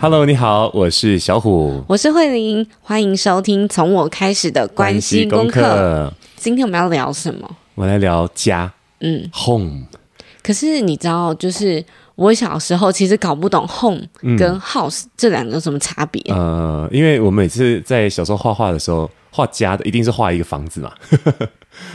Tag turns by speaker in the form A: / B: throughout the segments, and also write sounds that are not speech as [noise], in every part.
A: Hello，你好，我是小虎。
B: 我是慧玲，欢迎收听《从我开始的关系功课》。今天我们要聊什么？
A: 我们来聊家
B: 嗯，
A: home。
B: 可是你知道，就是我小时候其实搞不懂 home
A: 嗯
B: 跟 house 这两个有什么差别。
A: 呃，因为我每次在小时候画画的时候，画家的一定是画一个房子嘛，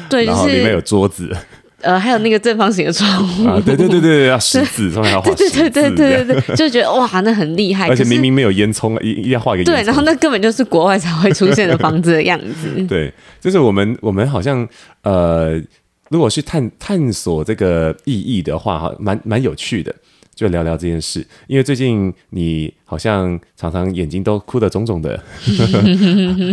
B: 对，就
A: 然后里面有
B: 是
A: 桌
B: [laughs]
A: 子
B: 呃，还有那个正方形的窗户。
A: 啊，对对对对对，要石子，上面还要画
B: 对
A: 石子，
B: [laughs] 对对对对对对，就觉得哇，那很厉害。
A: 而且
B: 可是
A: 明明没有烟囱，一一定要画一个
B: 对，
A: 烟
B: 然
A: 囱
B: 后。那根本就是国外才会出现的房子的样子。 [laughs]
A: [laughs] 对，就是我们我们好像呃，如果去探探索这个意义的话，哈，蛮蛮有趣的，就聊聊这件事。因为最近你好像常常眼睛都哭得肿肿的， [laughs]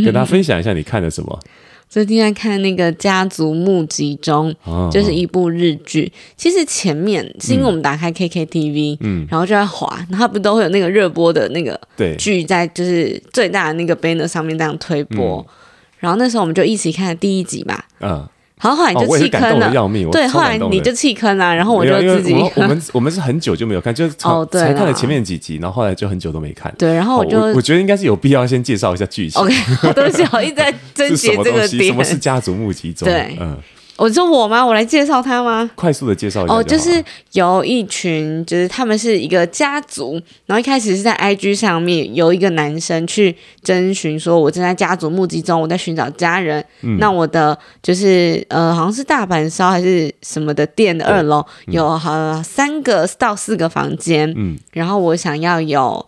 A: 跟大家分享一下你看了什么
B: 最近在看那个《家族募集》中，
A: 啊？
B: 就是一部日剧。其实前面是
A: 嗯
B: 因为我们打开 KKTV，嗯，然后就在滑，然后它不都会有那个热播的那个
A: 对
B: 剧在就是最大的那个 banner 上面这样推播。
A: 嗯
B: 然后那时候我们就一起看了第一集吧，
A: 啊，
B: 然后后来
A: 哦
B: 你，就
A: 我也是
B: 弃
A: 感
B: 坑
A: 动
B: 了，
A: 的要命，我
B: 对，
A: 超
B: 后
A: 感
B: 来
A: 动
B: 你
A: 的
B: 就弃坑啦、然后我
A: 没有因
B: 就
A: 为
B: 自己
A: 我我们我们是很久就没有看，就是从
B: 哦对
A: 才看了
B: 啦
A: 前面几集，然后后来就很久都没看。
B: [laughs] 对，然后
A: 哦
B: 我就、
A: 我觉得应该是有必要先介绍一下剧情 [laughs]
B: OK，好对不起，我一直在
A: 是什
B: 纠结
A: 么
B: 这
A: 东
B: 个
A: 西，什
B: 点
A: 么。是家族募集中？
B: 对
A: 嗯，
B: 我说我吗？我来介绍他吗？
A: 快速的介绍一下好
B: 哦，
A: 了。
B: 就是有一群，就是他们是一个家族，然后一开始是在 IG 上面有一个男生去征询说，我正在家族募集中，我在寻找家人。
A: 嗯
B: 那我的就是呃，好像是大阪烧还是什么的店的二楼、有好、呃、三个到四个房间，
A: 嗯
B: 然后我想要有。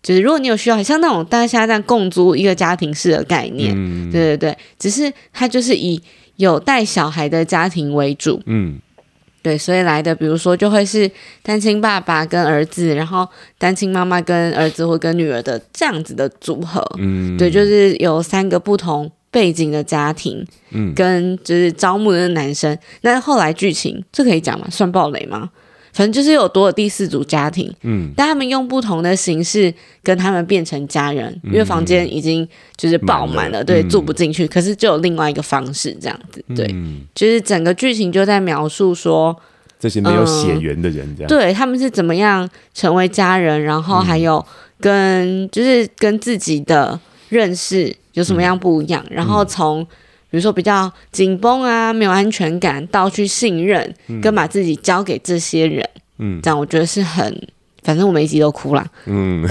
B: 就是如果你有需要，像那种大家现在这样共租一个家庭式的概念，
A: 嗯
B: 对对对，只是它就是以有带小孩的家庭为主，
A: 嗯
B: 对，所以来的，比如说就会是单亲爸爸跟儿子，然后单亲妈妈跟儿子或跟女儿的这样子的组合。
A: 嗯，
B: 对，就是有三个不同背景的家庭，
A: 嗯
B: 跟就是招募的男生。那后来剧情这可以讲吗？算暴雷吗？反正就是有多了第四组家庭，
A: 嗯，
B: 但他们用不同的形式跟他们变成家人，因为房间已经就是爆满
A: 嗯满了
B: 了，对，
A: 嗯
B: 住不进去。可是就有另外一个方式这样子，对，
A: 嗯
B: 就是整个剧情就在描述说，
A: 这些没有血缘的人这样，
B: 对他们是怎么样成为家人，然后还
A: 嗯
B: 有跟、就是跟自己的认识有什么样不一样，
A: 嗯
B: 然后从比如说比较紧绷啊，没有安全感，到去信任，跟把自己交给这些人，
A: 嗯
B: 这样我觉得是很。反正我每一集都哭啦，
A: 嗯，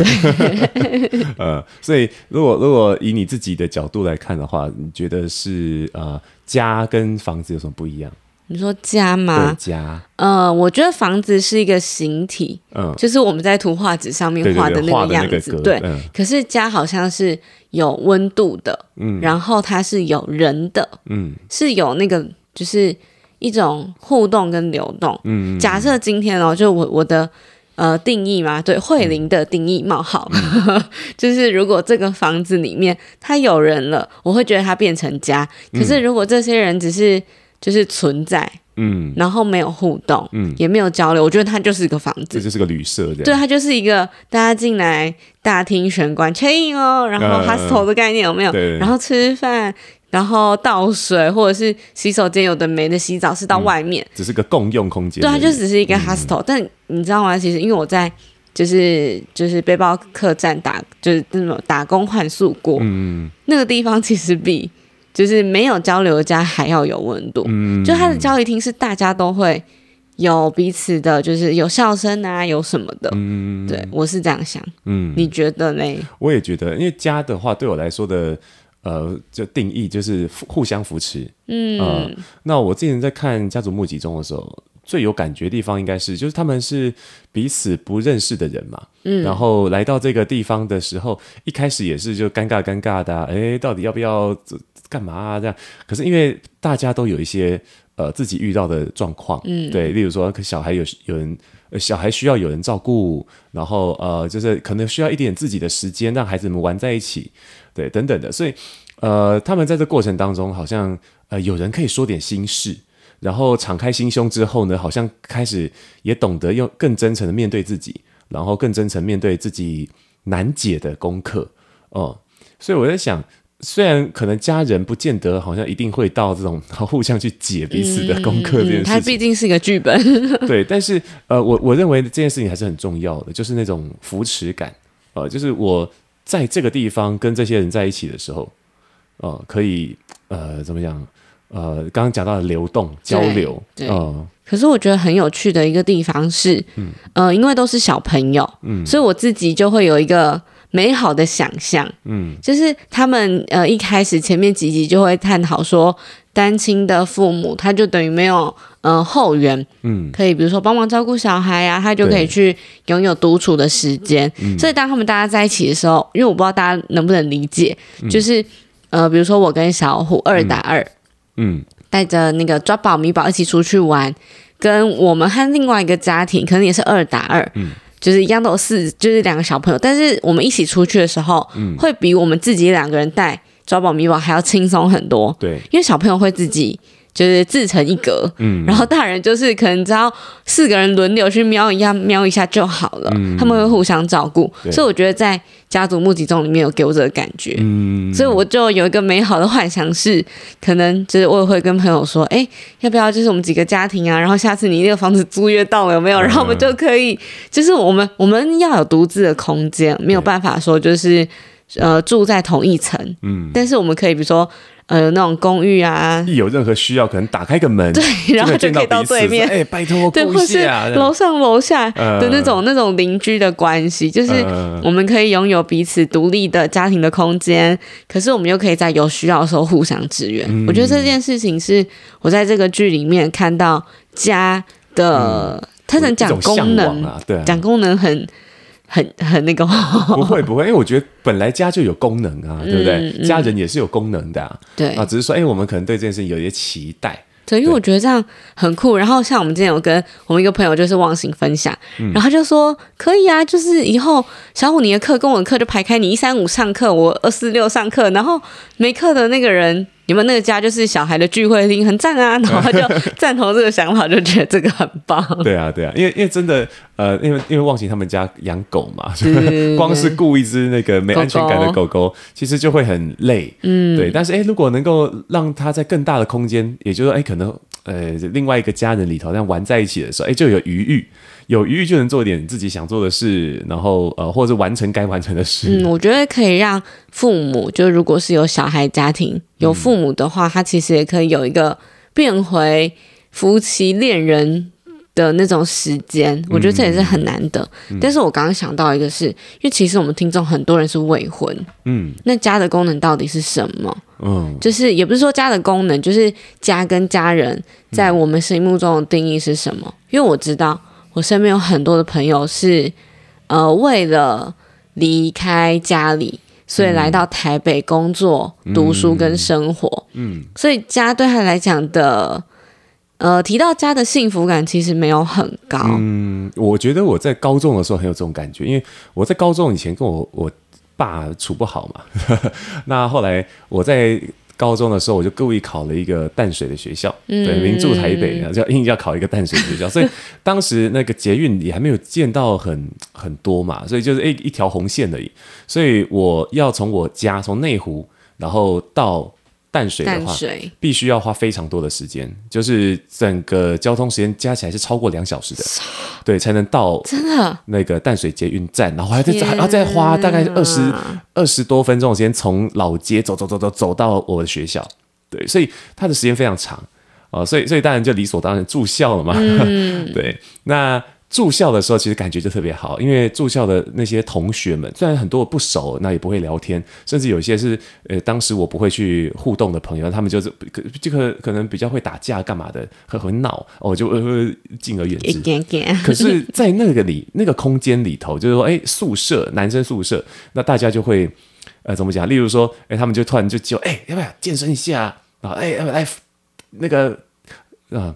A: 呃，所以如果如果以你自己的角度来看的话，你觉得是呃家跟房子有什么不一样？
B: 你说家
A: 对，
B: 吗？
A: 家，
B: 呃，我觉得房子是一个形体，
A: 嗯，
B: 就是我们在图画纸上面
A: 对
B: 画
A: 对
B: 的
A: 对，画
B: 那
A: 的
B: 个
A: 那个
B: 样子，
A: 格，
B: 对。
A: 嗯
B: 可是家好像是有温度的，
A: 嗯
B: 然后它是有人的，
A: 嗯
B: 是有那个就是一种互动跟流动。
A: 嗯，
B: 假设今天哦，就我我的呃定义嘛，对慧玲的定义冒号，
A: 嗯
B: [laughs] 就是如果这个房子里面它有人了，我会觉得它变成家。可是如果这些人只是就是存在，
A: 嗯，
B: 然后没有互动，
A: 嗯
B: 也没有交流，我觉得它就是一个房
A: 这
B: 子。
A: 就是个旅社这
B: 对，
A: 样，
B: 它就是一个大家进来大厅玄关 check in 哦，然后
A: 嗯
B: hostel 的概念有没有？
A: 对
B: 然后吃饭，然后倒水，或者是洗手间有的没的洗澡是
A: 嗯
B: 到外面，
A: 只是个共用空间
B: 对，
A: 而
B: 它
A: 已，
B: 就只是一个 hostel、但你知道吗？其实因为我在就是就是背包客栈打就是那种打工换宿过，
A: 嗯
B: 那个地方其实比就是没有交流的家还要有温度。
A: 嗯，
B: 就它的交易厅是大家都会有彼此的，就是有笑声啊，有什么的。
A: 嗯
B: 对我是这样想，
A: 嗯，
B: 你觉得嘞？
A: 我也觉得，因为家的话，对我来说的呃，就定义就是互互相扶持。
B: 嗯，
A: 呃那我之前在看《家族募集》中的时候，最有感觉的地方应该是，就是他们是彼此不认识的人嘛，嗯，然后来到这个地方的时候，一开始也是就尴尬尴尬的、啊，哎，到底要不要这干嘛啊？这样，可是因为大家都有一些呃自己遇到的状况，嗯，对，例如说可小孩有有人。呃小孩需要有人照顾，然后呃，就是可能需要一点自己的时间，让孩子们玩在一起，对，等等的。所以，呃，他们在这过程当中，好像呃，有人可以说点心事，然后敞开心胸之后呢，好像开始也懂得用更真诚的面对自己，然后更真诚面对自己难解的功课哦、所以我在想，虽然可能家人不见得好像一定会到这种 [laughs] 互相去解彼此的功课这
B: 嗯，
A: 件
B: 它
A: 事
B: 毕
A: 情，
B: 竟是个剧本， [laughs]
A: 对，但是呃，我我认为这件事情还是很重要的，就是那种扶持感。呃，就是我在这个地方跟这些人在一起的时候，呃，可以呃怎么讲？呃，刚刚讲到的流动交流，
B: 对
A: 呃
B: 可是我觉得很有趣的一个地方是，嗯、呃，因为都是小朋友，嗯，所以我自己就会有一个美好的想象，
A: 嗯，
B: 就是他们呃一开始前面几集就会探讨说，单亲的父母他就等于没有呃后援，
A: 嗯，
B: 可以比如说帮忙照顾小孩啊，他就可以
A: 对嗯
B: 去拥有独处的时间。所以当他们大家在一起的时候，因为我不知道大家能不能理解，就是呃，比如说我跟小虎二打二，
A: 嗯，
B: 带着那个抓宝米宝一起出去玩，跟我们和另外一个家庭可能也是二打二，
A: 嗯
B: 就是一样都有四，就是两个小朋友，但是我们一起出去的时候，
A: 嗯
B: 会比我们自己两个人带抓宝米宝还要轻松很多，
A: 对，
B: 因为小朋友会自己。就是自成一格，
A: 嗯
B: 然后大人就是可能只要四个人轮流去瞄一下、瞄一下就好了，他们会互相照顾，
A: 嗯对
B: 所以我觉得在家族募集中里面有给我这个感觉，
A: 嗯，
B: 所以我就有一个美好的幻想是，可能就是我也会跟朋友说，哎、要不要就是我们几个家庭啊，然后下次你那个房子租约到了有
A: 嗯
B: 没有？然后我们就可以，就是我们我们要有独自的空间，没有办法说就是呃住在同一层，
A: 嗯，
B: 但是我们可以比如说呃有那种公寓啊，
A: 一有任何需要，可能打开个门，对，
B: 然后就
A: 见
B: 可以
A: 到
B: 到
A: 彼此
B: 对面
A: 说哎、拜托
B: 对，
A: 顾
B: 或
A: 一
B: 是
A: 下，啊
B: 楼上楼下
A: 呃
B: 的那种、那种邻居的关系，就是
A: 呃
B: 我们可以拥有彼此独立的家庭的空间，可是我们又可以在有需要的时候互相支援。
A: 嗯
B: 我觉得这件事情是我在这个剧里面看到家的，他能
A: 嗯一
B: 讲
A: 种
B: 功
A: 向往
B: 能，
A: 啊，对啊，
B: 讲功能很很很那个， [laughs]
A: 不会不会，因为我觉得本来家就有功能啊，对不对？
B: 嗯
A: 家人也是有功能的啊，
B: 对
A: 啊，只是说，哎、我们可能对这件事情有一些期待，
B: 对，因为我觉得这样很酷。然后像我们之前有跟我们一个朋友就是忘形分享，然后他就说可以啊，就是以后小虎你的课跟我的课就排开，你一三五上课，我二四六上课，然后没课的那个人，你们那个家就是小孩的聚会厅，很赞啊。然后他就赞同这个想法，就觉得这个很棒。
A: 对啊，对啊，因为因为真的，呃，因为因为忘情他们家养狗嘛， [laughs]
B: 对对对
A: 光是雇一只那个没安全感的狗狗，其实就会很累，嗯，对。但是哎，如果能够让它在更大的空间，也就是说，哎，可能呃另外一个家人里头，但玩在一起的时候，哎，就有余裕，有余裕就能做点自己想做的事，然后呃，或者是完成该完成的事，
B: 嗯，我觉得可以让父母，就如果是有小孩家庭有父母的话，他其实也可以有一个变回夫妻恋人的那种时间，我觉得这也是很难得。但是我刚刚想到一个是，因为其实我们听众很多人是未婚，
A: 嗯
B: 那家的功能到底是什么？
A: 嗯
B: 就是也不是说家的功能，就是家跟家人在我们心目中的定义是什么？因为我知道我身边有很多的朋友是，呃，为了离开家里，所以来到台北工作、读书跟生活，
A: 嗯，
B: 所以家对他来讲的，呃，提到家的幸福感其实没有很高，
A: 嗯，我觉得我在高中的时候很有这种感觉，因为我在高中以前跟我我爸处不好嘛， [laughs] 那后来我在。高中的时候，我就故意考了一个淡水的学校，对，名著台北，啊然后就硬要考一个淡水学校，所以当时那个捷运也还没有见到很很多嘛，所以就是一一条红线而已，所以我要从我家从内湖，然后到淡水的
B: 淡
A: 话，
B: 水
A: 必须要花非常多的时间，就是整个交通时间加起来是超过两小时的，对，才能到
B: 真的
A: 那个淡水捷运站，然后还再
B: 天
A: 还要再花大概
B: 哪
A: 二十二十多分钟的时间从老街走走走走走到我的学校，对，所以它的时间非常长啊、呃所以所以当然就理所当然住校了嘛， [laughs] 对，那。住校的时候，其实感觉就特别好，因为住校的那些同学们，虽然很多不熟，那也不会聊天，甚至有一些是呃，当时我不会去互动的朋友，他们就是可这个可能比较会打架干嘛的，很很闹，哦，就呃呃敬而远
B: 一
A: 之。
B: 点 [laughs] 点，
A: 可是，在那个里那个空间里头，就是说，哎、宿舍男生宿舍，那大家就会，呃，怎么讲？例如说，哎、他们就突然就就，哎、要不要健身一下啊？啊哎、要不要来那个啊、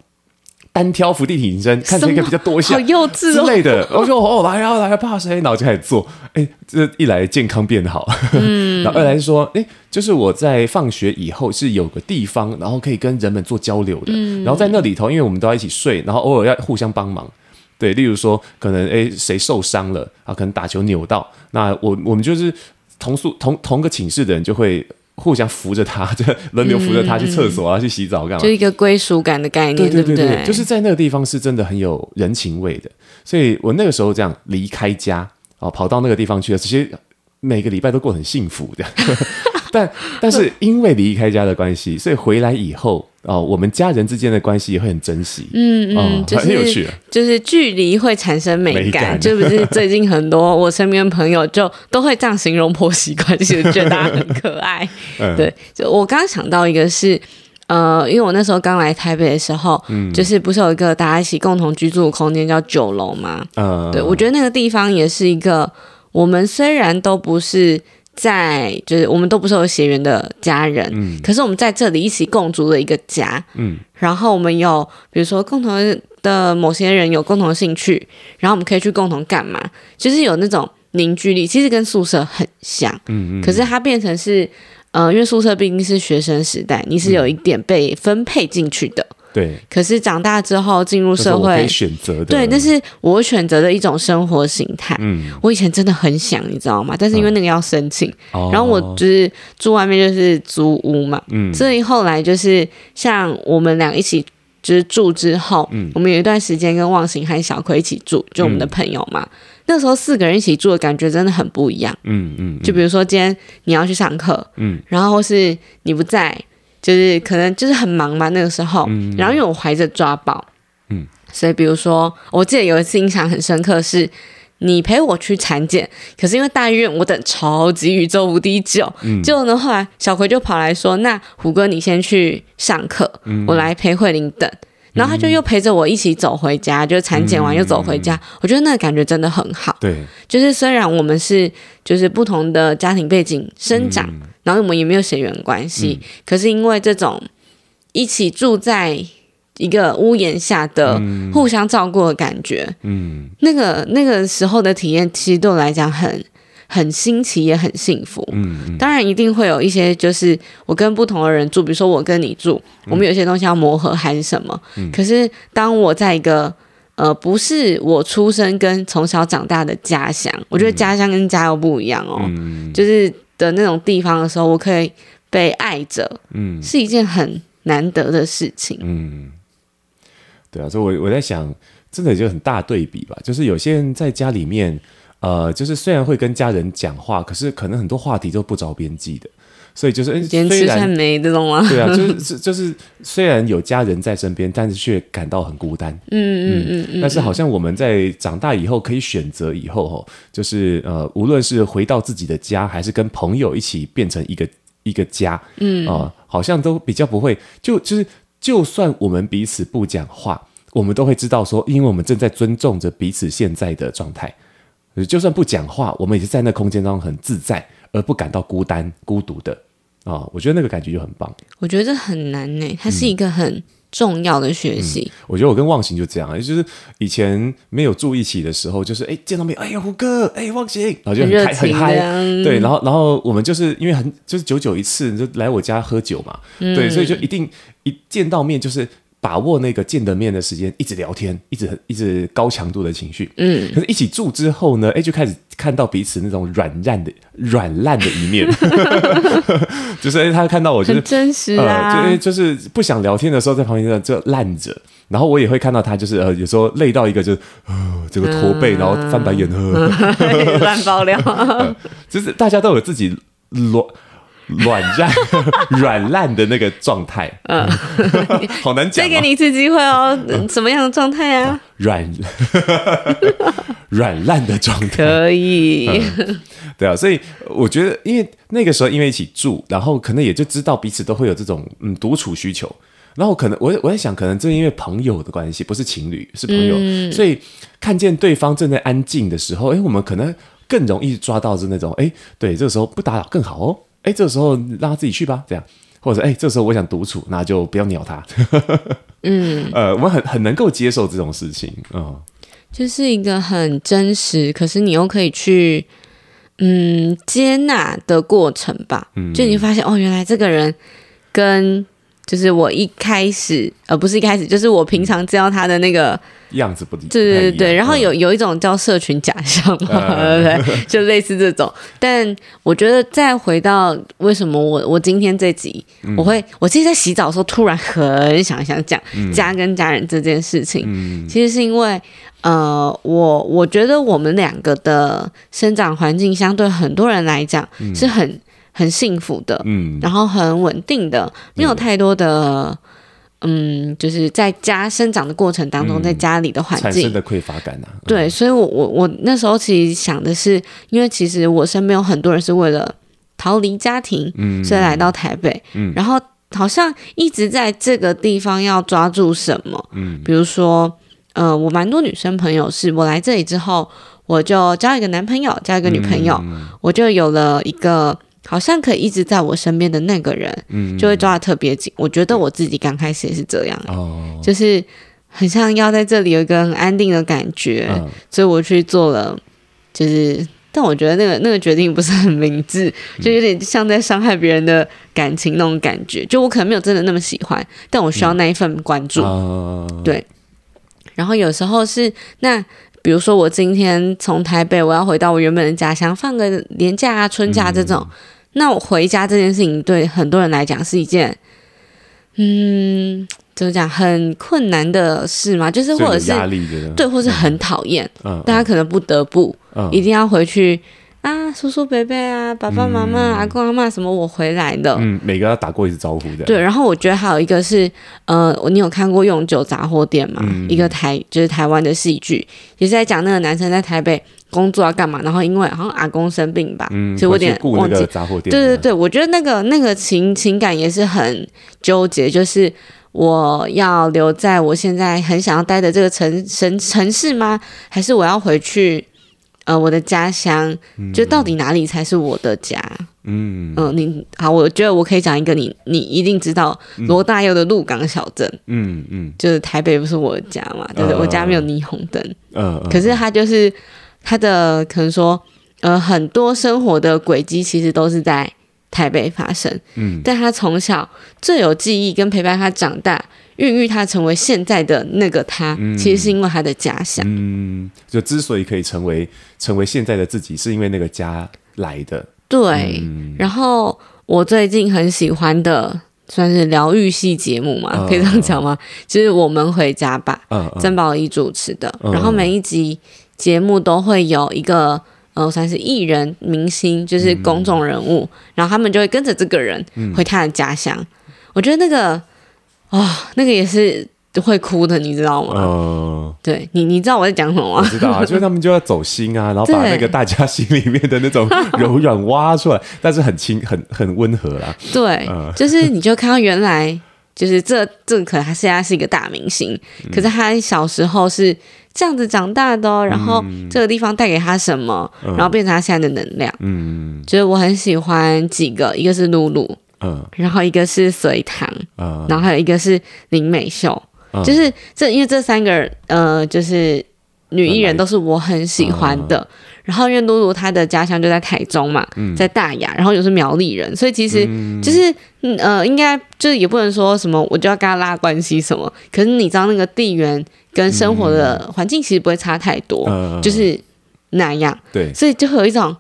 A: 单挑伏地挺身，看谁可以比较多一
B: [laughs] 好
A: 下。
B: 幼稚
A: 之
B: 哦。
A: 类的， [laughs] 我说哦，来啊来啊，怕谁？然后就开始做，哎，这一来健康变好， [laughs] 然后二来是说，哎，就是我在放学以后是有个地方，然后可以跟人们做交流的，然后在那里头，因为我们都要一起睡，然后偶尔要互相帮忙。对，例如说，可能诶谁受伤了啊，可能打球扭到，那我我们就是同宿同同个寝室的人就会互相扶着他， [laughs] 就轮流扶着他去厕所啊，去洗澡干嘛
B: 就？一个归属感的概念，
A: 对
B: 不
A: 对就是在那个地方是真的很有人情味的，所以我那个时候这样离开家。哦，跑到那个地方去了，这些每个礼拜都过得很幸福的。 [laughs] 但但是因为离开家的关系，所以回来以后哦，我们家人之间的关系也会很珍惜。
B: 嗯
A: 哦
B: 嗯，就
A: 很有
B: 是
A: 趣啊
B: 就是距离会产生美
A: 美
B: 感，
A: 感
B: 就不是最近很多我身边朋友就都会这样形容婆媳关系，我觉得大家很可爱。
A: [laughs] 嗯，
B: 对，就我刚想到一个是，呃，因为我那时候刚来台北的时候，
A: 嗯
B: 就是不是有一个大家一起共同居住的空间叫九楼嘛？
A: 呃，
B: 对，我觉得那个地方也是一个，我们虽然都不是在，就是我们都不是有血缘的家人，可是我们在这里一起共筑了一个家，
A: 嗯，
B: 然后我们有比如说共同的某些人有共同的兴趣，然后我们可以去共同干嘛，就是有那种凝聚力，其实跟宿舍很像，
A: 嗯嗯，
B: 可是它变成是。呃，因为宿舍毕竟是学生时代，你是有
A: 嗯
B: 一点被分配进去的。
A: 对，
B: 可是长大之后进入
A: 这是
B: 社
A: 我可
B: 会
A: 以，选择的，
B: 对，那是我选择的一种生活形态。
A: 嗯，
B: 我以前真的很想，你知道吗？但是因为那个要申请，
A: 哦
B: 然后我就是住外面就是租屋嘛，
A: 嗯
B: 所以后来就是像我们俩一起就是住之后，我们有一段时间跟忘形和小葵一起住，就我们的朋友嘛。那时候四个人一起住的感觉真的很不一样。
A: 嗯嗯，
B: 就比如说今天你要去上课，
A: 嗯，
B: 然后或是你不在，就是可能就是很忙嘛那个时候，然后因为我怀着抓宝，
A: 嗯，
B: 所以比如说我记得有一次印象很深刻是。你陪我去产检，可是因为大医院我等超级宇宙无敌久，
A: 嗯
B: 结果呢后来小葵就跑来说：“那虎哥你先去上课，
A: 嗯
B: 我来陪慧玲等。”然后他就又陪着我一起走回家，就产检
A: 嗯
B: 完又走回家，我觉得那个感觉真的很好。
A: 对，
B: 就是虽然我们是就是不同的家庭背景生长，
A: 嗯
B: 然后我们也没有血缘关系，可是因为这种一起住在一个屋檐下的互相照顾的感觉，
A: 嗯，
B: 那个那个时候的体验，其实对我来讲很。很新奇，也很幸福。
A: 嗯
B: 当然，一定会有一些，就是我跟不同的人住，比如说我跟你住，我
A: 嗯
B: 们有些东西要磨合还是什么。可是，当我在一个呃，不是我出生跟从小长大的家乡，我觉得家乡跟家又不一样哦，
A: 嗯
B: 就是的那种地方的时候，我可以被爱着，
A: 嗯
B: 是一件很难得的事情。
A: 嗯，对啊，所以我我在想，真的就很大对比吧，就是有些人在家里面，呃，就是虽然会跟家人讲话，可是可能很多话题都不着边际的，所以就是，哎
B: 今天
A: 虽
B: 吃
A: 然
B: 饭没这种吗？
A: 对啊，就是是就是，虽然有家人在身边，但是却感到很孤单。
B: 嗯嗯嗯嗯，
A: 但是好像我们在长大以后可以选择以后哦，就是呃，无论是回到自己的家，还是跟朋友一起变成一个一个家，嗯啊、好像都比较不会，就就是就算我们彼此不讲话，我们都会知道说，因为我们正在尊重着彼此现在的状态，呃就算不讲话，我们也是在那空间当中很自在，而不感到孤单孤独的。啊、我觉得那个感觉就很棒。
B: 我觉得这很难呢、它
A: 嗯
B: 是一个很重要的学习。
A: 我觉得我跟忘形就这样，啊就是以前没有住一起的时候，就是哎见到面，哎呀胡歌，哎忘形，然后就很
B: 很热
A: 开很
B: 情
A: 嗨
B: 这，样
A: 对，然后然后我们就是因为很就是久久一次就来我家喝酒嘛，对，
B: 嗯
A: 所以就一定一见到面就是把握那个见的面的时间，一直聊天，一直一直高强度的情绪，嗯，可是一起住之后呢，哎就开始看到彼此那种软烂的软烂的一面， [laughs] 就是哎他看到我就是
B: 很真实啊，
A: 呃，就就是不想聊天的时候，在旁边这样就烂着，然后我也会看到他，就是呃，有时候累到一个就是，呃，这个驼背，然后翻白眼，呃， [laughs]
B: [laughs] 乱爆料。
A: 就是大家都有自己软软烂 [laughs] 软烂的那个状态，嗯， [laughs] 好难讲、
B: 再
A: 啊，
B: 给你一次机会哦，什么样的状态啊？
A: 软 [laughs] 软烂的状态，
B: 可以，
A: 嗯对啊，所以我觉得，因为那个时候因为一起住，然后可能也就知道彼此都会有这种嗯独处需求。然后可能我我在想，可能正因为朋友的关系，不是情侣，是朋友，
B: 嗯
A: 所以看见对方正在安静的时候，哎，我们可能更容易抓到是那种，哎，对，这个时候不打扰更好哦，哎，这个时候让他自己去吧，这样，或者哎，这个时候我想独处，那就不要鸟他。嗯， [laughs] 呃，我们很很能够接受这种事情，嗯，
B: 就是一个很真实，可是你又可以去嗯接纳的过程吧。就你发现哦，原来这个人跟就是我一开始，呃，不是一开始，就是我平常知道他的那个，
A: 样子不对，
B: 对对对
A: 不太一样
B: 对，然后
A: 嗯
B: 有有一种叫社群假象嘛，
A: [laughs] 嗯
B: [laughs] 对不对？就类似这种。但我觉得再回到为什么我我今天这集，
A: 嗯
B: 我会我其实，在洗澡的时候突然很想想讲
A: 嗯
B: 家跟家人这件事情，其实是因为呃，我我觉得我们两个的生长环境相对很多人来讲是很很幸福的，
A: 嗯，
B: 然后很稳定的，没有太多的。嗯，就是在家生长的过程当中，
A: 嗯
B: 在家里的环
A: 产
B: 境
A: 生，的匮乏感啊，
B: 对，所以我我我那时候其实想的是，因为其实我身边有很多人是为了逃离家庭，
A: 嗯，
B: 所以来到台北，
A: 嗯
B: 然后好像一直在这个地方要抓住什么，
A: 嗯
B: 比如说，呃，我蛮多女生朋友是我来这里之后，我就交一个男朋友，交一个女朋
A: 嗯
B: 友，我就有了一个。好像可以一直在我身边的那个人，
A: 嗯
B: 就会抓的特别紧。我觉得我自己刚开始也是这样，啊
A: 哦，
B: 就是很像要在这里有一个很安定的感觉，
A: 嗯
B: 所以我去做了，就是，但我觉得那个那个决定不是很明智，
A: 嗯
B: 就有点像在伤害别人的感情那种感觉。就我可能没有真的那么喜欢，但我需
A: 嗯
B: 要那一份关注。
A: 啊
B: 对然后有时候是那。比如说，我今天从台北，我要回到我原本的家乡，放个年假啊、春假这种。
A: 嗯
B: 那我回家这件事情，对很多人来讲是一件，嗯，怎么讲，很困难的事嘛，就
A: 就
B: 是或者
A: 有
B: 是
A: 压力的，
B: 对，或是很讨厌，
A: 嗯，
B: 大家可能不得不
A: 嗯
B: 一定要回去啊，叔叔伯伯啊，爸爸妈妈、阿公阿妈什么，我回来的。
A: 嗯，每个要打过一次招呼的，
B: 对，，然后我觉得还有一个是，呃，你有看过《永久杂货店》吗？
A: 嗯
B: 一个台就是台湾的戏剧，也是在讲那个男生在台北工作要啊干嘛，然后因为好像阿公生病吧，
A: 嗯，
B: 所以我
A: 回
B: 有
A: 去
B: 点
A: 雇
B: 忘
A: 那
B: 记
A: 个杂货店，
B: 对对对，我觉得那个那个情情感也是很纠结，就是我要留在我现在很想要待的这个城城城市吗？还是我要回去呃我的家乡？就到底哪里才是我的家？
A: 嗯
B: 嗯，你好，我觉得我可以讲一个你你一定知道罗大佑的鹿港小镇，
A: 嗯嗯
B: 就是台北不是我的家嘛，对不对？
A: 嗯
B: 我家没有霓虹灯，
A: 嗯，嗯
B: 可是他就是他的可能说，呃，很多生活的轨迹其实都是在台北发生，
A: 嗯
B: 但他从小最有记忆跟陪伴他长大，孕育他成为现在的那个他，其实是因为他的家乡。
A: 嗯，就之所以可以成为成为现在的自己，是因为那个家来的，
B: 对，
A: 嗯
B: 然后我最近很喜欢的。算是疗愈系节目嘛，
A: 嗯
B: 可以这样讲吗？就是我们回家吧，
A: 嗯嗯
B: 曾宝仪主持的，
A: 嗯
B: 然后每一集节目都会有一个。呃，算是艺人、明星，就是
A: 嗯
B: 公众人物，然后他们就会跟着这个人回他的家乡。我觉得那个啊、那个也是会哭的，你知道吗？
A: 嗯，
B: 对你，你知道我在讲什么
A: 我
B: 吗？
A: 知道
B: [laughs]
A: 啊，就是他们就要走心啊，然后把
B: 对
A: 那个大家心里面的那
B: [laughs]
A: 种柔软挖出来，但是很轻、很很温和啦。
B: 对，
A: 嗯
B: 就是你就看到原来就是这这可能他现在是一个大明星，
A: 嗯
B: 可是他小时候是这样子长大的哦，然后
A: 嗯
B: 这个地方带给他什么，然后变成他现在的能量。
A: 嗯
B: 就是我很喜欢几个，一个是露露，
A: 嗯
B: 然后一个是隋唐，
A: 嗯
B: 然后还有一个是林美秀，
A: 嗯
B: 就是这因为这三个人呃，就是女艺
A: 本
B: 人
A: 来
B: 都是我很喜欢的。
A: 嗯
B: 然后因为露露她的家乡就在台中嘛，在大雅，然后又是苗栗人，所以其实就是、嗯呃，应该就是也不能说什么我就要跟她拉关系什么，可是你知道那个地缘跟生活的环境其实不会差太多，
A: 嗯，
B: 就是那样。
A: 对。
B: 所以就会有一种，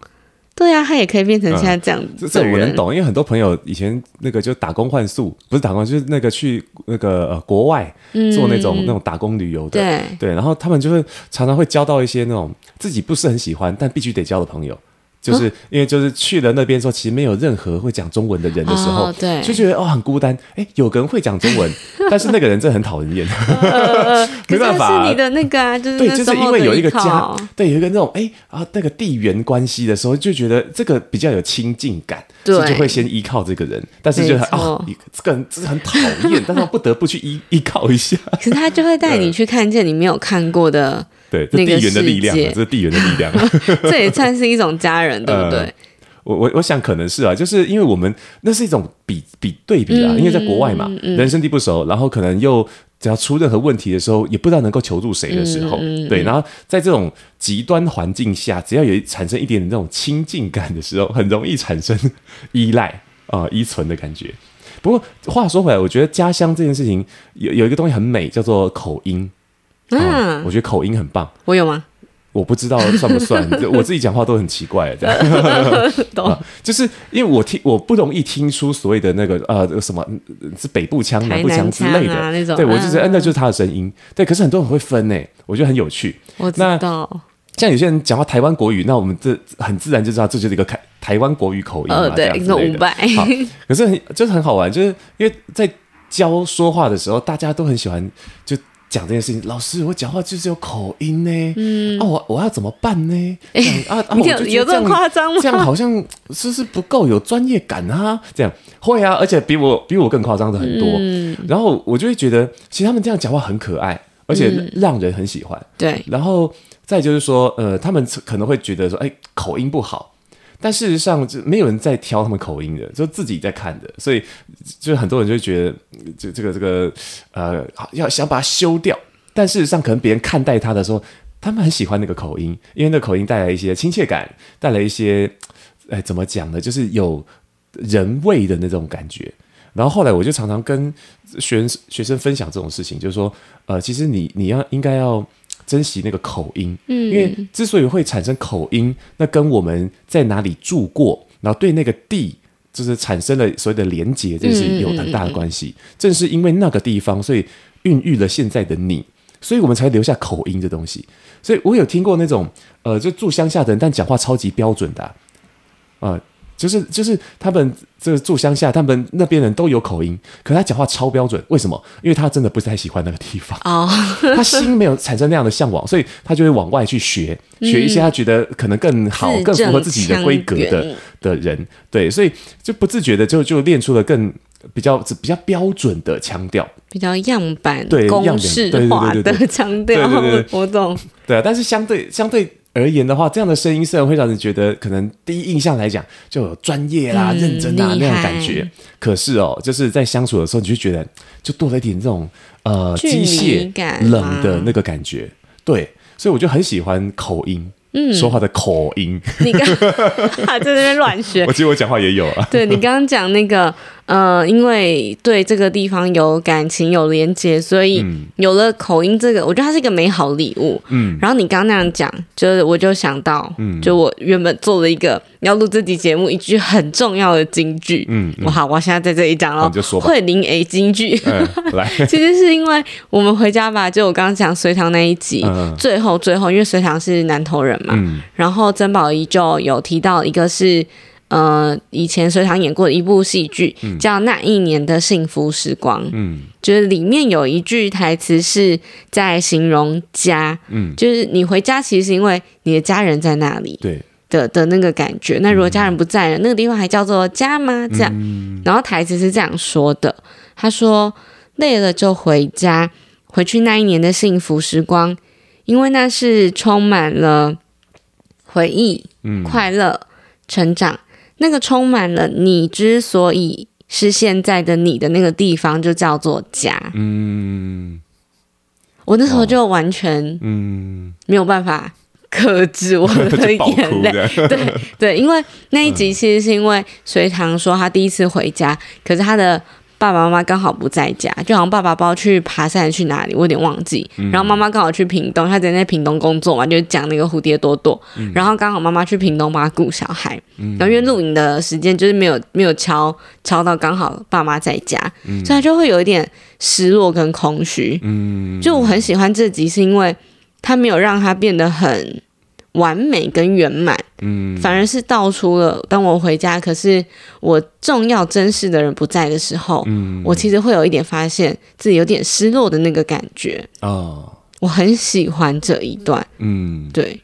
B: 对啊，他也可以变成现在这样
A: 这
B: 子
A: 嗯这
B: 的
A: 我
B: 人，
A: 能懂，因为很多朋友以前那个就打工换宿，不是打工，就是那个去那个呃国外
B: 嗯
A: 做那种、那种打工旅游的，
B: 对
A: 对，然后他们就会常常会交到一些那种自己不是很喜欢但必须得交的朋友，就是、
B: 啊
A: 因为就是去了那边之后，其实没有任何会讲中文的人的时候，
B: 哦对
A: 就觉得哦很孤单。哎，有个人会讲中文，但是那个人真的很讨人厌。
B: [laughs]
A: 没
B: 可是
A: 办法
B: 他是你的那个啊，就是
A: 对，
B: 那
A: 就
B: 时
A: 是因
B: 候
A: 为有
B: 的
A: 一
B: 依
A: 个家 [laughs]
B: 靠，，
A: 对，有一个那种哎啊那个地缘关系的时候，就觉得这个比较有亲近感，
B: 对
A: 所以就会先依靠这个人，但是
B: 没
A: 就很啊
B: 错
A: 你这个人真的很讨厌，但是我不得不去依依靠一下。
B: 可是他就会带你去看见你没有看过的，
A: 对，这
B: 那个
A: 地缘的
B: 世
A: 力量啊，
B: 界
A: 这是地缘的力量啊。
B: 这也算是一种家人，对不对？
A: 我我我想可能是啊，就是因为我们那是一种比比对比啊，因为在国外嘛，人生地不熟，然后可能又只要出任何问题的时候，也不知道能够求助谁的时候，对，然后在这种极端环境下，只要有一产生一点点那种亲近感的时候，很容易产生依赖啊、依存的感觉。不过话说回来，我觉得家乡这件事情有有一个东西很美，叫做口音。啊
B: 嗯，
A: 我觉得口音很棒。
B: 我有吗？
A: 我不知道算不算， [laughs] 我自己讲话都很奇怪，这样。
B: [laughs]
A: [laughs]
B: 懂，
A: 就是因为我听我不容易听出所谓的那个呃什么嗯是北部腔、南
B: 台
A: 部腔
B: 南
A: 之
B: 腔
A: 类的，
B: 啊那种
A: 对我就是
B: 嗯
A: 嗯，那就是他的声音。对，可是很多人会分诶，我觉得很有趣。
B: 我知
A: 那
B: 道。
A: 像有些人讲话台湾国语，那我们这很自然就知道这就是一个台台湾国语口音嘛，
B: 呃，
A: 这
B: 对
A: 样，
B: 一
A: 之
B: 个
A: 类
B: 五
A: 的。
B: 百，
A: 好，可是很就是很好玩，就是因为在教说话的时候，大家都很喜欢就讲这件事情。老师，我讲话就是有口音呢，嗯，啊，我我要怎么办呢？这样啊啊，我
B: [laughs] 你
A: 就
B: 有有
A: 这
B: 这
A: 样
B: 么夸张
A: [laughs]
B: 吗？
A: 这样好像是不是不够有专业感啊？这样会啊，而且比我比我更夸张的很多。
B: 嗯，
A: 然后我就会觉得，其实他们这样讲话很可爱，而且让人很喜欢。
B: 对，
A: 然后再就是说，呃，他们可能会觉得说，哎，口音不好。但事实上，就没有人在挑他们口音的，就自己在看的，所以就很多人就会觉得，嗯这这个这个呃，好要想把它修掉。但事实上，可能别人看待他的时候，他们很喜欢那个口音，因为那个口音带来一些亲切感，带来一些，哎，怎么讲呢？就是有人味的那种感觉。然后后来我就常常跟学生学生分享这种事情，就是说，呃，其实你你要应该要珍惜那个口音，因为之所以会产生口音，那跟我们在哪里住过，然后对那个地就是产生了所谓的连结，这件事情有很大的关系。正是因为那个地方，所以孕育了现在的你，所以我们才留下口音这东西。所以我有听过那种呃，就住乡下的人，但讲话超级标准的啊、啊就是就是他们这住乡下，他们那边人都有口音，可他讲话超标准，为什么？因为他真的不太喜欢那个地
B: [laughs]
A: 方。
B: 哦，
A: 他心没有产生那样的向往，所以他就会往外去学，学一些他觉得可能更好、
B: 嗯字
A: 更符合
B: 正
A: 自己的
B: 腔
A: 规格的
B: 圆
A: 的人。对，所以就不自觉的就就练出了更比较比较标准的腔调。
B: 比较样板
A: 对样
B: 公
A: 板
B: 式
A: 对对对
B: 化
A: 对
B: 的
A: 对
B: 腔调
A: 对对对，
B: [laughs] 我懂。
A: 对啊，但是相对相对而言的话，这样的声音虽然会让人觉得可能第一印象来讲就有专业啦、
B: 嗯
A: 认真啊
B: 厉
A: 那
B: 害
A: 样感觉，可是哦，就是在相处的时候，你就觉得就多了一点这种呃
B: 距
A: 机
B: 离
A: 械
B: 感
A: 冷
B: 吗
A: 的那个感觉。对，所以我就很喜欢口音，嗯，说话的口音，
B: 你刚 [laughs] 在那边乱学
A: 我，其实我讲话也有 [laughs]
B: [laughs]
A: 啊。
B: 对你刚刚讲那个，呃，因为对这个地方有感情、有连接，所以有了口音这个，我觉得它是一个美好礼物。
A: 嗯，
B: 然后你刚刚那样讲，就是我就想到，就我原本做了一个要录这集节目一句很重要的金句，
A: 嗯
B: 我好，我现在在这里讲
A: 好
B: 喽
A: 你就，说
B: [laughs]
A: 吧
B: 惠林 A 金句。
A: 嗯，来，
B: [laughs] 其实是因为我们回家吧，就我刚刚讲隋唐那一集，
A: 嗯
B: 最后最后，因为隋唐是南投人嘛，
A: 嗯
B: 然后曾宝仪就有提到一个是，呃，以前隋唐演过的一部戏剧，叫《那一年的幸福时光》，
A: 嗯
B: 就是里面有一句台词是在形容家，
A: 嗯，
B: 就是你回家其实是因为你的家人在那里
A: 对，
B: 的的那个感觉。那如果家人不在
A: 嗯
B: 了，那个地方还叫做家吗？这样，然后台词是这样说的，他说：“累了就回家，回去那一年的幸福时光，因为那是充满了回忆、
A: 嗯
B: 快乐、成长，那个充满了你之所以是现在的你的那个地方，就叫做家。
A: 嗯
B: 我那时候就完全 [laughs]
A: 嗯，
B: 没有办法克制我
A: [laughs]
B: 的
A: 就爆哭
B: 眼泪。
A: 的，
B: [laughs] 对对，因为那一集其实是因为隋唐说他第一次回家，可是他的爸爸妈妈刚好不在家，就好像爸爸包去爬山还是去哪里，我有点忘记。然后妈妈刚好去屏东，他之前在屏东工作嘛，就讲那个蝴蝶朵朵。然后刚好妈妈去屏东帮他顾小孩，然后因为露营的时间就是没有没有敲敲到刚好爸妈在家，所以他就会有一点失落跟空虚。
A: 嗯
B: 就我很喜欢这集，是因为它没有让它变得很完美跟圆满，
A: 嗯
B: 反而是道出了当我回家，可是我重要珍视的人不在的时候，
A: 嗯
B: 我其实会有一点发现自己有点失落的那个感觉。
A: 啊
B: 我很喜欢这一段，
A: 嗯。
B: 对，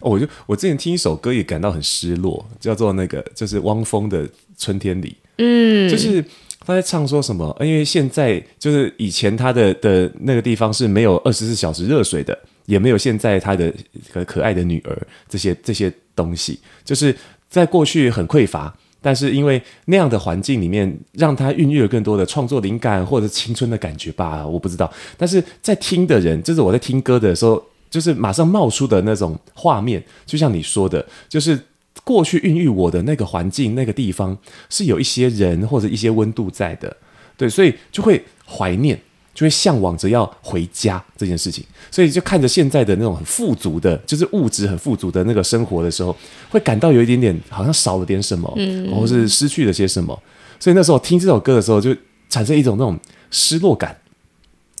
A: 哦，我就我之前听一首歌也感到很失落，叫做那个就是汪峰的《春天里》，
B: 嗯，
A: 就是他在唱说什么？呃因为现在就是以前他的的那个地方是没有二十四小时热水的，也没有现在他的可可爱的女儿这些这些东西，就是在过去很匮乏。但是因为那样的环境里面，让他孕育了更多的创作灵感或者青春的感觉吧，我不知道。但是在听的人，就是我在听歌的时候，就是马上冒出的那种画面，就像你说的，就是过去孕育我的那个环境、那个地方是有一些人或者一些温度在的，对，所以就会怀念，就会向往着要回家这件事情。所以就看着现在的那种很富足的，就是物质很富足的那个生活的时候，会感到有一点点好像少了点什么，嗯，或是失去了些什么。所以那时候听这首歌的时候，就产生一种那种失落感。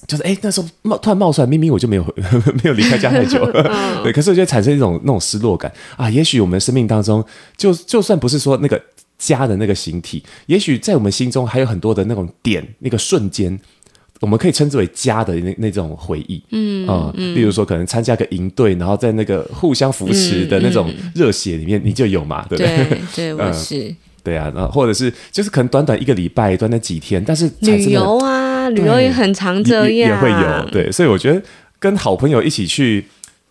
A: 就是哎、那时候冒突然冒出来，明明我就没有 [laughs] 没有离开家太 [laughs] 久，对，可是我就会产生一种那种失落感啊。也许我们生命当中，就就算不是说那个家的那个形体，也许在我们心中还有很多的那种点，那个瞬间。我们可以称之为家的那那种回忆，嗯啊、例如说可能参加个营队，然后在那个互相扶持的那种热血里面，你就有嘛，对呃不对？
B: 对对，我
A: [laughs]
B: 是、
A: 对啊，然后或者是就是可能短短一个礼拜，短短几天，但是产
B: 旅
A: 生了
B: 游啊，旅游也很常这
A: 也也
B: 样，
A: 也会有，对，所以我觉得跟好朋友一起去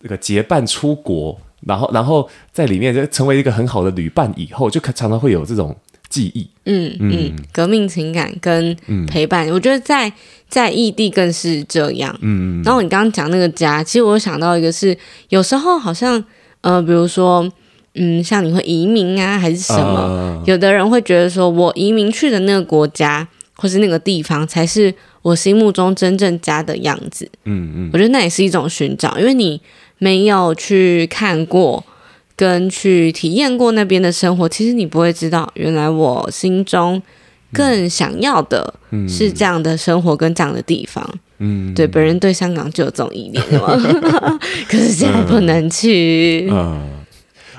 A: 那个结伴出国，然后然后在里面就成为一个很好的旅伴以后，就可常常会有这种记忆。
B: 嗯嗯，革命情感跟陪伴，我觉得在在异地更是这样。嗯，然后你刚刚讲那个家，其实我想到一个是，有时候好像呃，比如说嗯，像你会移民啊，还是什么，
A: 呃
B: 有的人会觉得说，我移民去的那个国家或是那个地方，才是我心目中真正家的样子。
A: 嗯嗯，
B: 我觉得那也是一种寻找，因为你没有去看过跟去体验过那边的生活，其实你不会知道，原来我心中更想要的是这样的生活跟这样的地方。
A: 嗯，
B: 对，本人对香港就有这种依恋了
A: [laughs]
B: 嘛，可是现在不能去。
A: 嗯，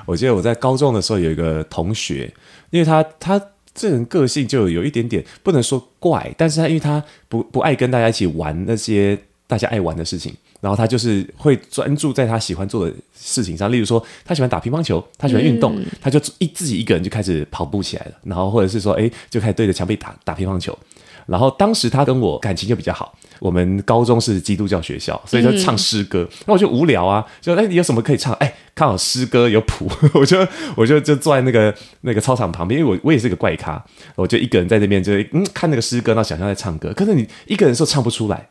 A: 我记得我在高中的时候有一个同学，因为他他这人个性就有一点点不能说怪，但是他因为他不不爱跟大家一起玩那些大家爱玩的事情，然后他就是会专注在他喜欢做的事情上，例如说他喜欢打乒乓球，他喜欢运动，他就一自己一个人就开始跑步起来了，然后或者是说哎就开始对着墙壁打打乒乓球。然后当时他跟我感情就比较好，我们高中是基督教学校，所以就唱诗歌。那、我就无聊啊，就哎你有什么可以唱？哎，刚好诗歌有谱， [laughs] 我就我就就坐在那个那个操场旁边，因为我我也是个怪咖，我就一个人在那边就嗯看那个诗歌，然后想象在唱歌。可是你一个人的时候唱不出来。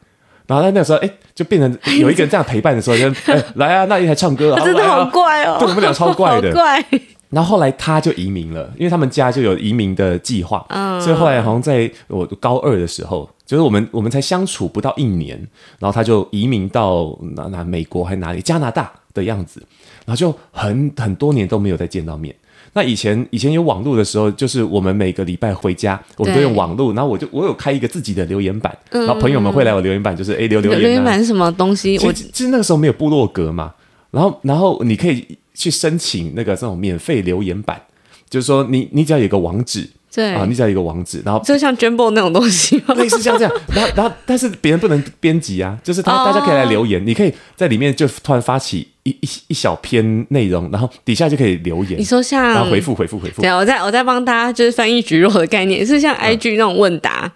A: 然后在那个时候，哎，就变成有一个人这样陪伴的时候，就哎来啊，那你来唱歌啊，
B: 真的
A: 来啊
B: 好怪哦，
A: 对我们俩超怪的
B: 好怪。
A: 然后后来他就移民了，因为他们家就有移民的计划，
B: 嗯
A: 所以后来好像在我高二的时候，就是我们我们才相处不到一年，然后他就移民到哪哪美国还哪里加拿大的样子，然后就很很多年都没有再见到面。那以前以前有网络的时候，就是我们每个礼拜回家，我们都
B: 对嗯
A: 用网络，然后我就我有开一个自己的留言板，然后朋友们会来我留言板，就是哎留留
B: 留
A: 言、啊、
B: 言板是什么东西？
A: 其
B: 我
A: 实其实那个时候没有部落格嘛，然后然后你可以去申请那个这种免费留言板，就是说你你只要有一个网址
B: 对，
A: 啊，你只要有一个网址，然后
B: 就像 Jumbo 那种东西吗？
A: 类似像这样，然后然 [laughs] 后但是别人不能编辑啊，就是他、
B: 哦
A: 大家可以来留言，你可以在里面就突然发起一一一小篇内容，然后底下就可以留言
B: 你，说像
A: 然后回复回复回复
B: 对，啊，我在我在帮大家就是翻译橘肉的概念，是像 IG 那种问答，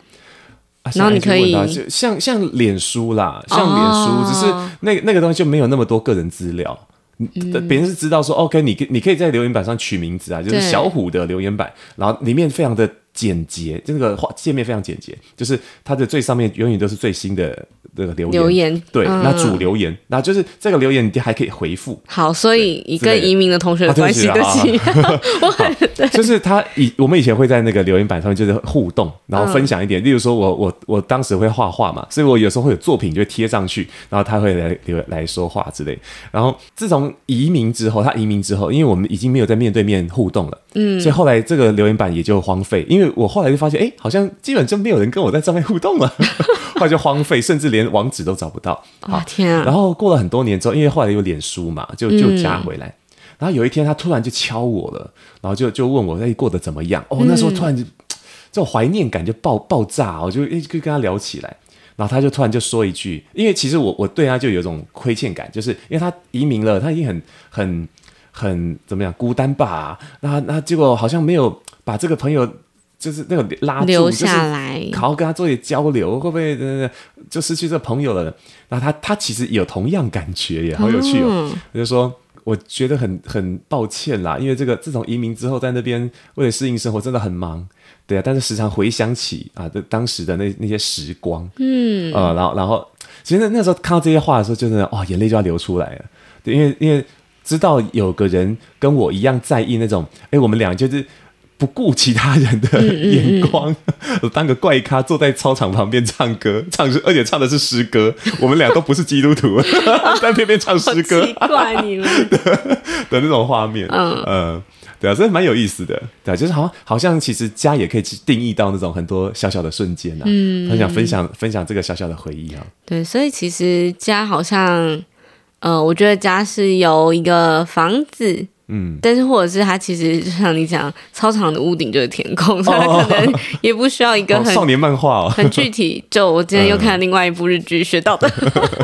A: 啊
B: 然后你
A: 像 IG
B: 可
A: 问
B: 以
A: 答就像像脸书啦，像脸书，
B: 哦
A: 只是那那个东西就没有那么多个人资料。嗯别人是知道说，OK，你可你可以在留言板上取名字啊，就是
B: 对
A: 小虎的留言板，然后里面非常的简洁，这个画界面非常简洁，就是它的最上面永远都是最新的那个留言。
B: 留言
A: 对，
B: 嗯
A: 那主留言，那就是这个留言你还可以回复，
B: 好，所以你
A: 之类
B: 跟
A: 的
B: 移民的同学的
A: 啊对不
B: 关
A: 起
B: 系
A: 啊
B: 对不起， [laughs] 我很对
A: 就是他以我们以前会在那个留言板上面就是互动，然后分享一点，例如说我我我当时会画画嘛，所以我有时候会有作品就会贴上去，然后他会来留来说话之类。然后自从移民之后，他移民之后，因为我们已经没有在面对面互动了，嗯，所以后来这个留言板也就荒废，因为我后来就发现，哎，好像基本就没有人跟我在上面互动了， [laughs] 后来就荒废，甚至连网址都找不到。
B: 哇天啊，
A: 然后过了很多年之后，因为后来有脸书嘛，就
B: 嗯
A: 就加回来。然后有一天，他突然就敲我了，然后就就问我哎过得怎么样？哦，那时候突
B: 嗯
A: 然就、这种怀念感就爆爆炸，我就哎就跟他聊起来。然后他就突然就说一句，因为其实我我对他就有一种亏欠感，就是因为他移民了，他已经很很很怎么样孤单吧？那那结果好像没有把这个朋友就是那个拉住，
B: 留
A: 就是
B: 下来，
A: 好好跟他做点交流，会不会呃就失去这朋友了？然后他他其实有同样感觉耶，好有趣哦。
B: 嗯
A: 我就说我觉得很很抱歉啦，因为这个自从移民之后，在那边为了适应生活真的很忙，对啊。但是时常回想起啊，这当时的那那些时光，嗯呃，然后然后其实那那时候看到这些话的时候，真的哦，眼泪就要流出来了，对，因为因为。知道有个人跟我一样在意那种，哎，我们俩就是。不顾其他人的
B: 嗯
A: 眼光，我当个怪咖，坐在操场旁边唱歌，唱是而且唱的是诗歌。我们俩都不是基督徒， [laughs] 但偏偏唱
B: 好
A: 诗歌
B: 奇怪你们，
A: 的那种画面。嗯呃，对啊，所以蛮有意思的。对啊，就是好像好像其实家也可以去定义到那种很多小小的瞬间啊。嗯，很想分享分享这个小小的回忆啊。
B: 对，所以其实家好像，呃，我觉得家是由一个房子，
A: 嗯，
B: 但是或者是它其实就像你讲，操场的屋顶就是天空，所以它可能也不需要一个
A: 哦、
B: 很、
A: 少年漫画哦，
B: 很具体。就我今天
A: 嗯
B: 又看了另外一部日剧学到的，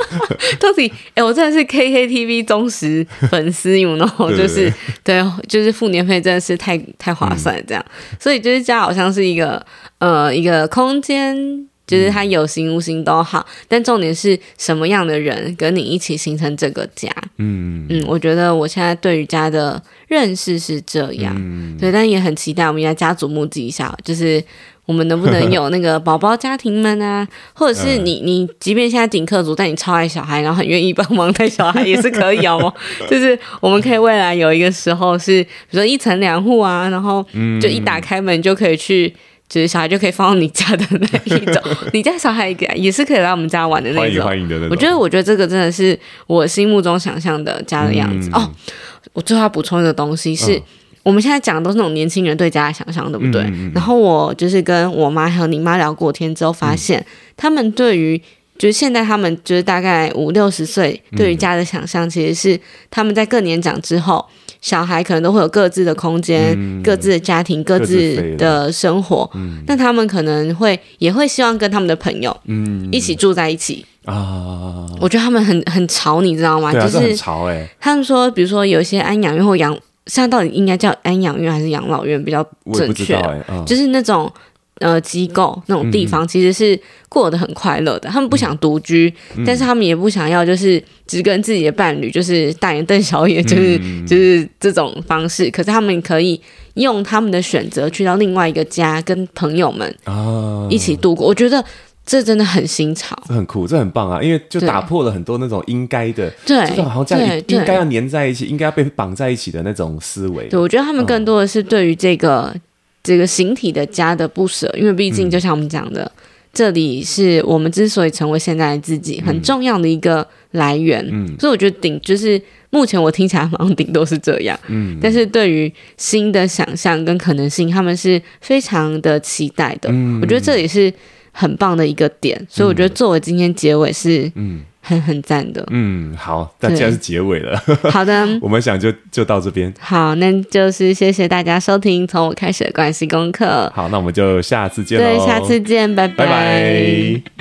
B: [laughs] 到底哎、我真的是 KKTV 忠实粉丝，有呢，
A: 对
B: 就是对，就是付年费真的是太太
A: 嗯
B: 划算了这样。所以就是家好像是一个呃一个空间。就是它
A: 嗯
B: 有形无形都好，但重点是什么样的人跟你一起形成这个家。
A: 嗯，
B: 嗯，我觉得我现在对于家的认识是这样，对，但也很期待我们家家族募集一下，就是我们能不能有那个宝宝家庭们啊，或者是你你即便现在顶客族，但你超爱小孩，然后很愿意帮忙带小孩也是可以好吗？就是我们可以未来有一个时候是，比如说一层两户啊，然后就一打开门就可以去。就是小孩就可以放到你家的那一种，你家小孩也是可以来我们家玩的那
A: 欢迎
B: 种。
A: 欢迎的那种。
B: 我觉得，我觉得这个真的是我心目中想象的家的样子。
A: 嗯
B: 哦，我最后要补充一个东西是。
A: 嗯
B: 我们现在讲的都是那种年轻人对家的想象，对不对？
A: 嗯嗯嗯
B: 然后我就是跟我妈还有你妈聊过天之后，发现、
A: 嗯
B: 他们对于就是现在他们就是大概五六十岁，对于家的想象其实是他们在更年长之后，小孩可能都会有各自的空间、
A: 嗯
B: 各自的家庭、各
A: 各自飞嗯
B: 自
A: 了
B: 的生活。那他们可能会也会希望跟他们的朋友
A: 嗯
B: 一起住在一起，
A: 啊，
B: 我觉得他们很很潮，你知道吗？
A: 对啊，
B: 就
A: 这很
B: 是
A: 潮哎、
B: 他们说，比如说有一些安养院或养，现在到底应该叫安养院还是养老院比较
A: 我也
B: 正
A: 不知
B: 确
A: 道？哎、啊，
B: 就是那种呃机构那种地
A: 嗯
B: 方，其实是过得很快乐的。他们不想独居，
A: 嗯
B: 但是他们也不想要就是只跟自己的伴侣，就是大眼瞪小眼，就是、
A: 嗯
B: 就是这种方式。可是他们可以用他们的选择去到另外一个家，跟朋友们
A: 啊，
B: 一起度过。我觉得这真的很新潮，
A: 这很酷，这很棒啊，因为就
B: 对
A: 打破了很多那种应该的。
B: 对，
A: 这种好像家
B: 对
A: 里
B: 对
A: 应该要粘在一起，应该要被绑在一起的那种思维。
B: 对，我觉得他们更多的是对于这个、这个形体的家的不舍，因为毕
A: 嗯
B: 竟就像我们讲的，这里是我们之所以成为现在的自己很重要的一个来源。
A: 嗯
B: 所以我觉得顶就是目前我听起来好像顶多是这样，
A: 嗯
B: 但是对于新的想象跟可能性，他们是非常的期待的。
A: 嗯
B: 我觉得这也是很棒的一个点，所以我觉得作为今天结尾是
A: 嗯。
B: 很很赞的
A: 嗯，好，那既然是结尾了， [laughs]
B: 好的。
A: 我们想就就到这边。
B: 好，那就是谢谢大家收听《从我开始的关系功课》。
A: 好，那我们就下次见喽。
B: 对，下次见，拜
A: 拜拜。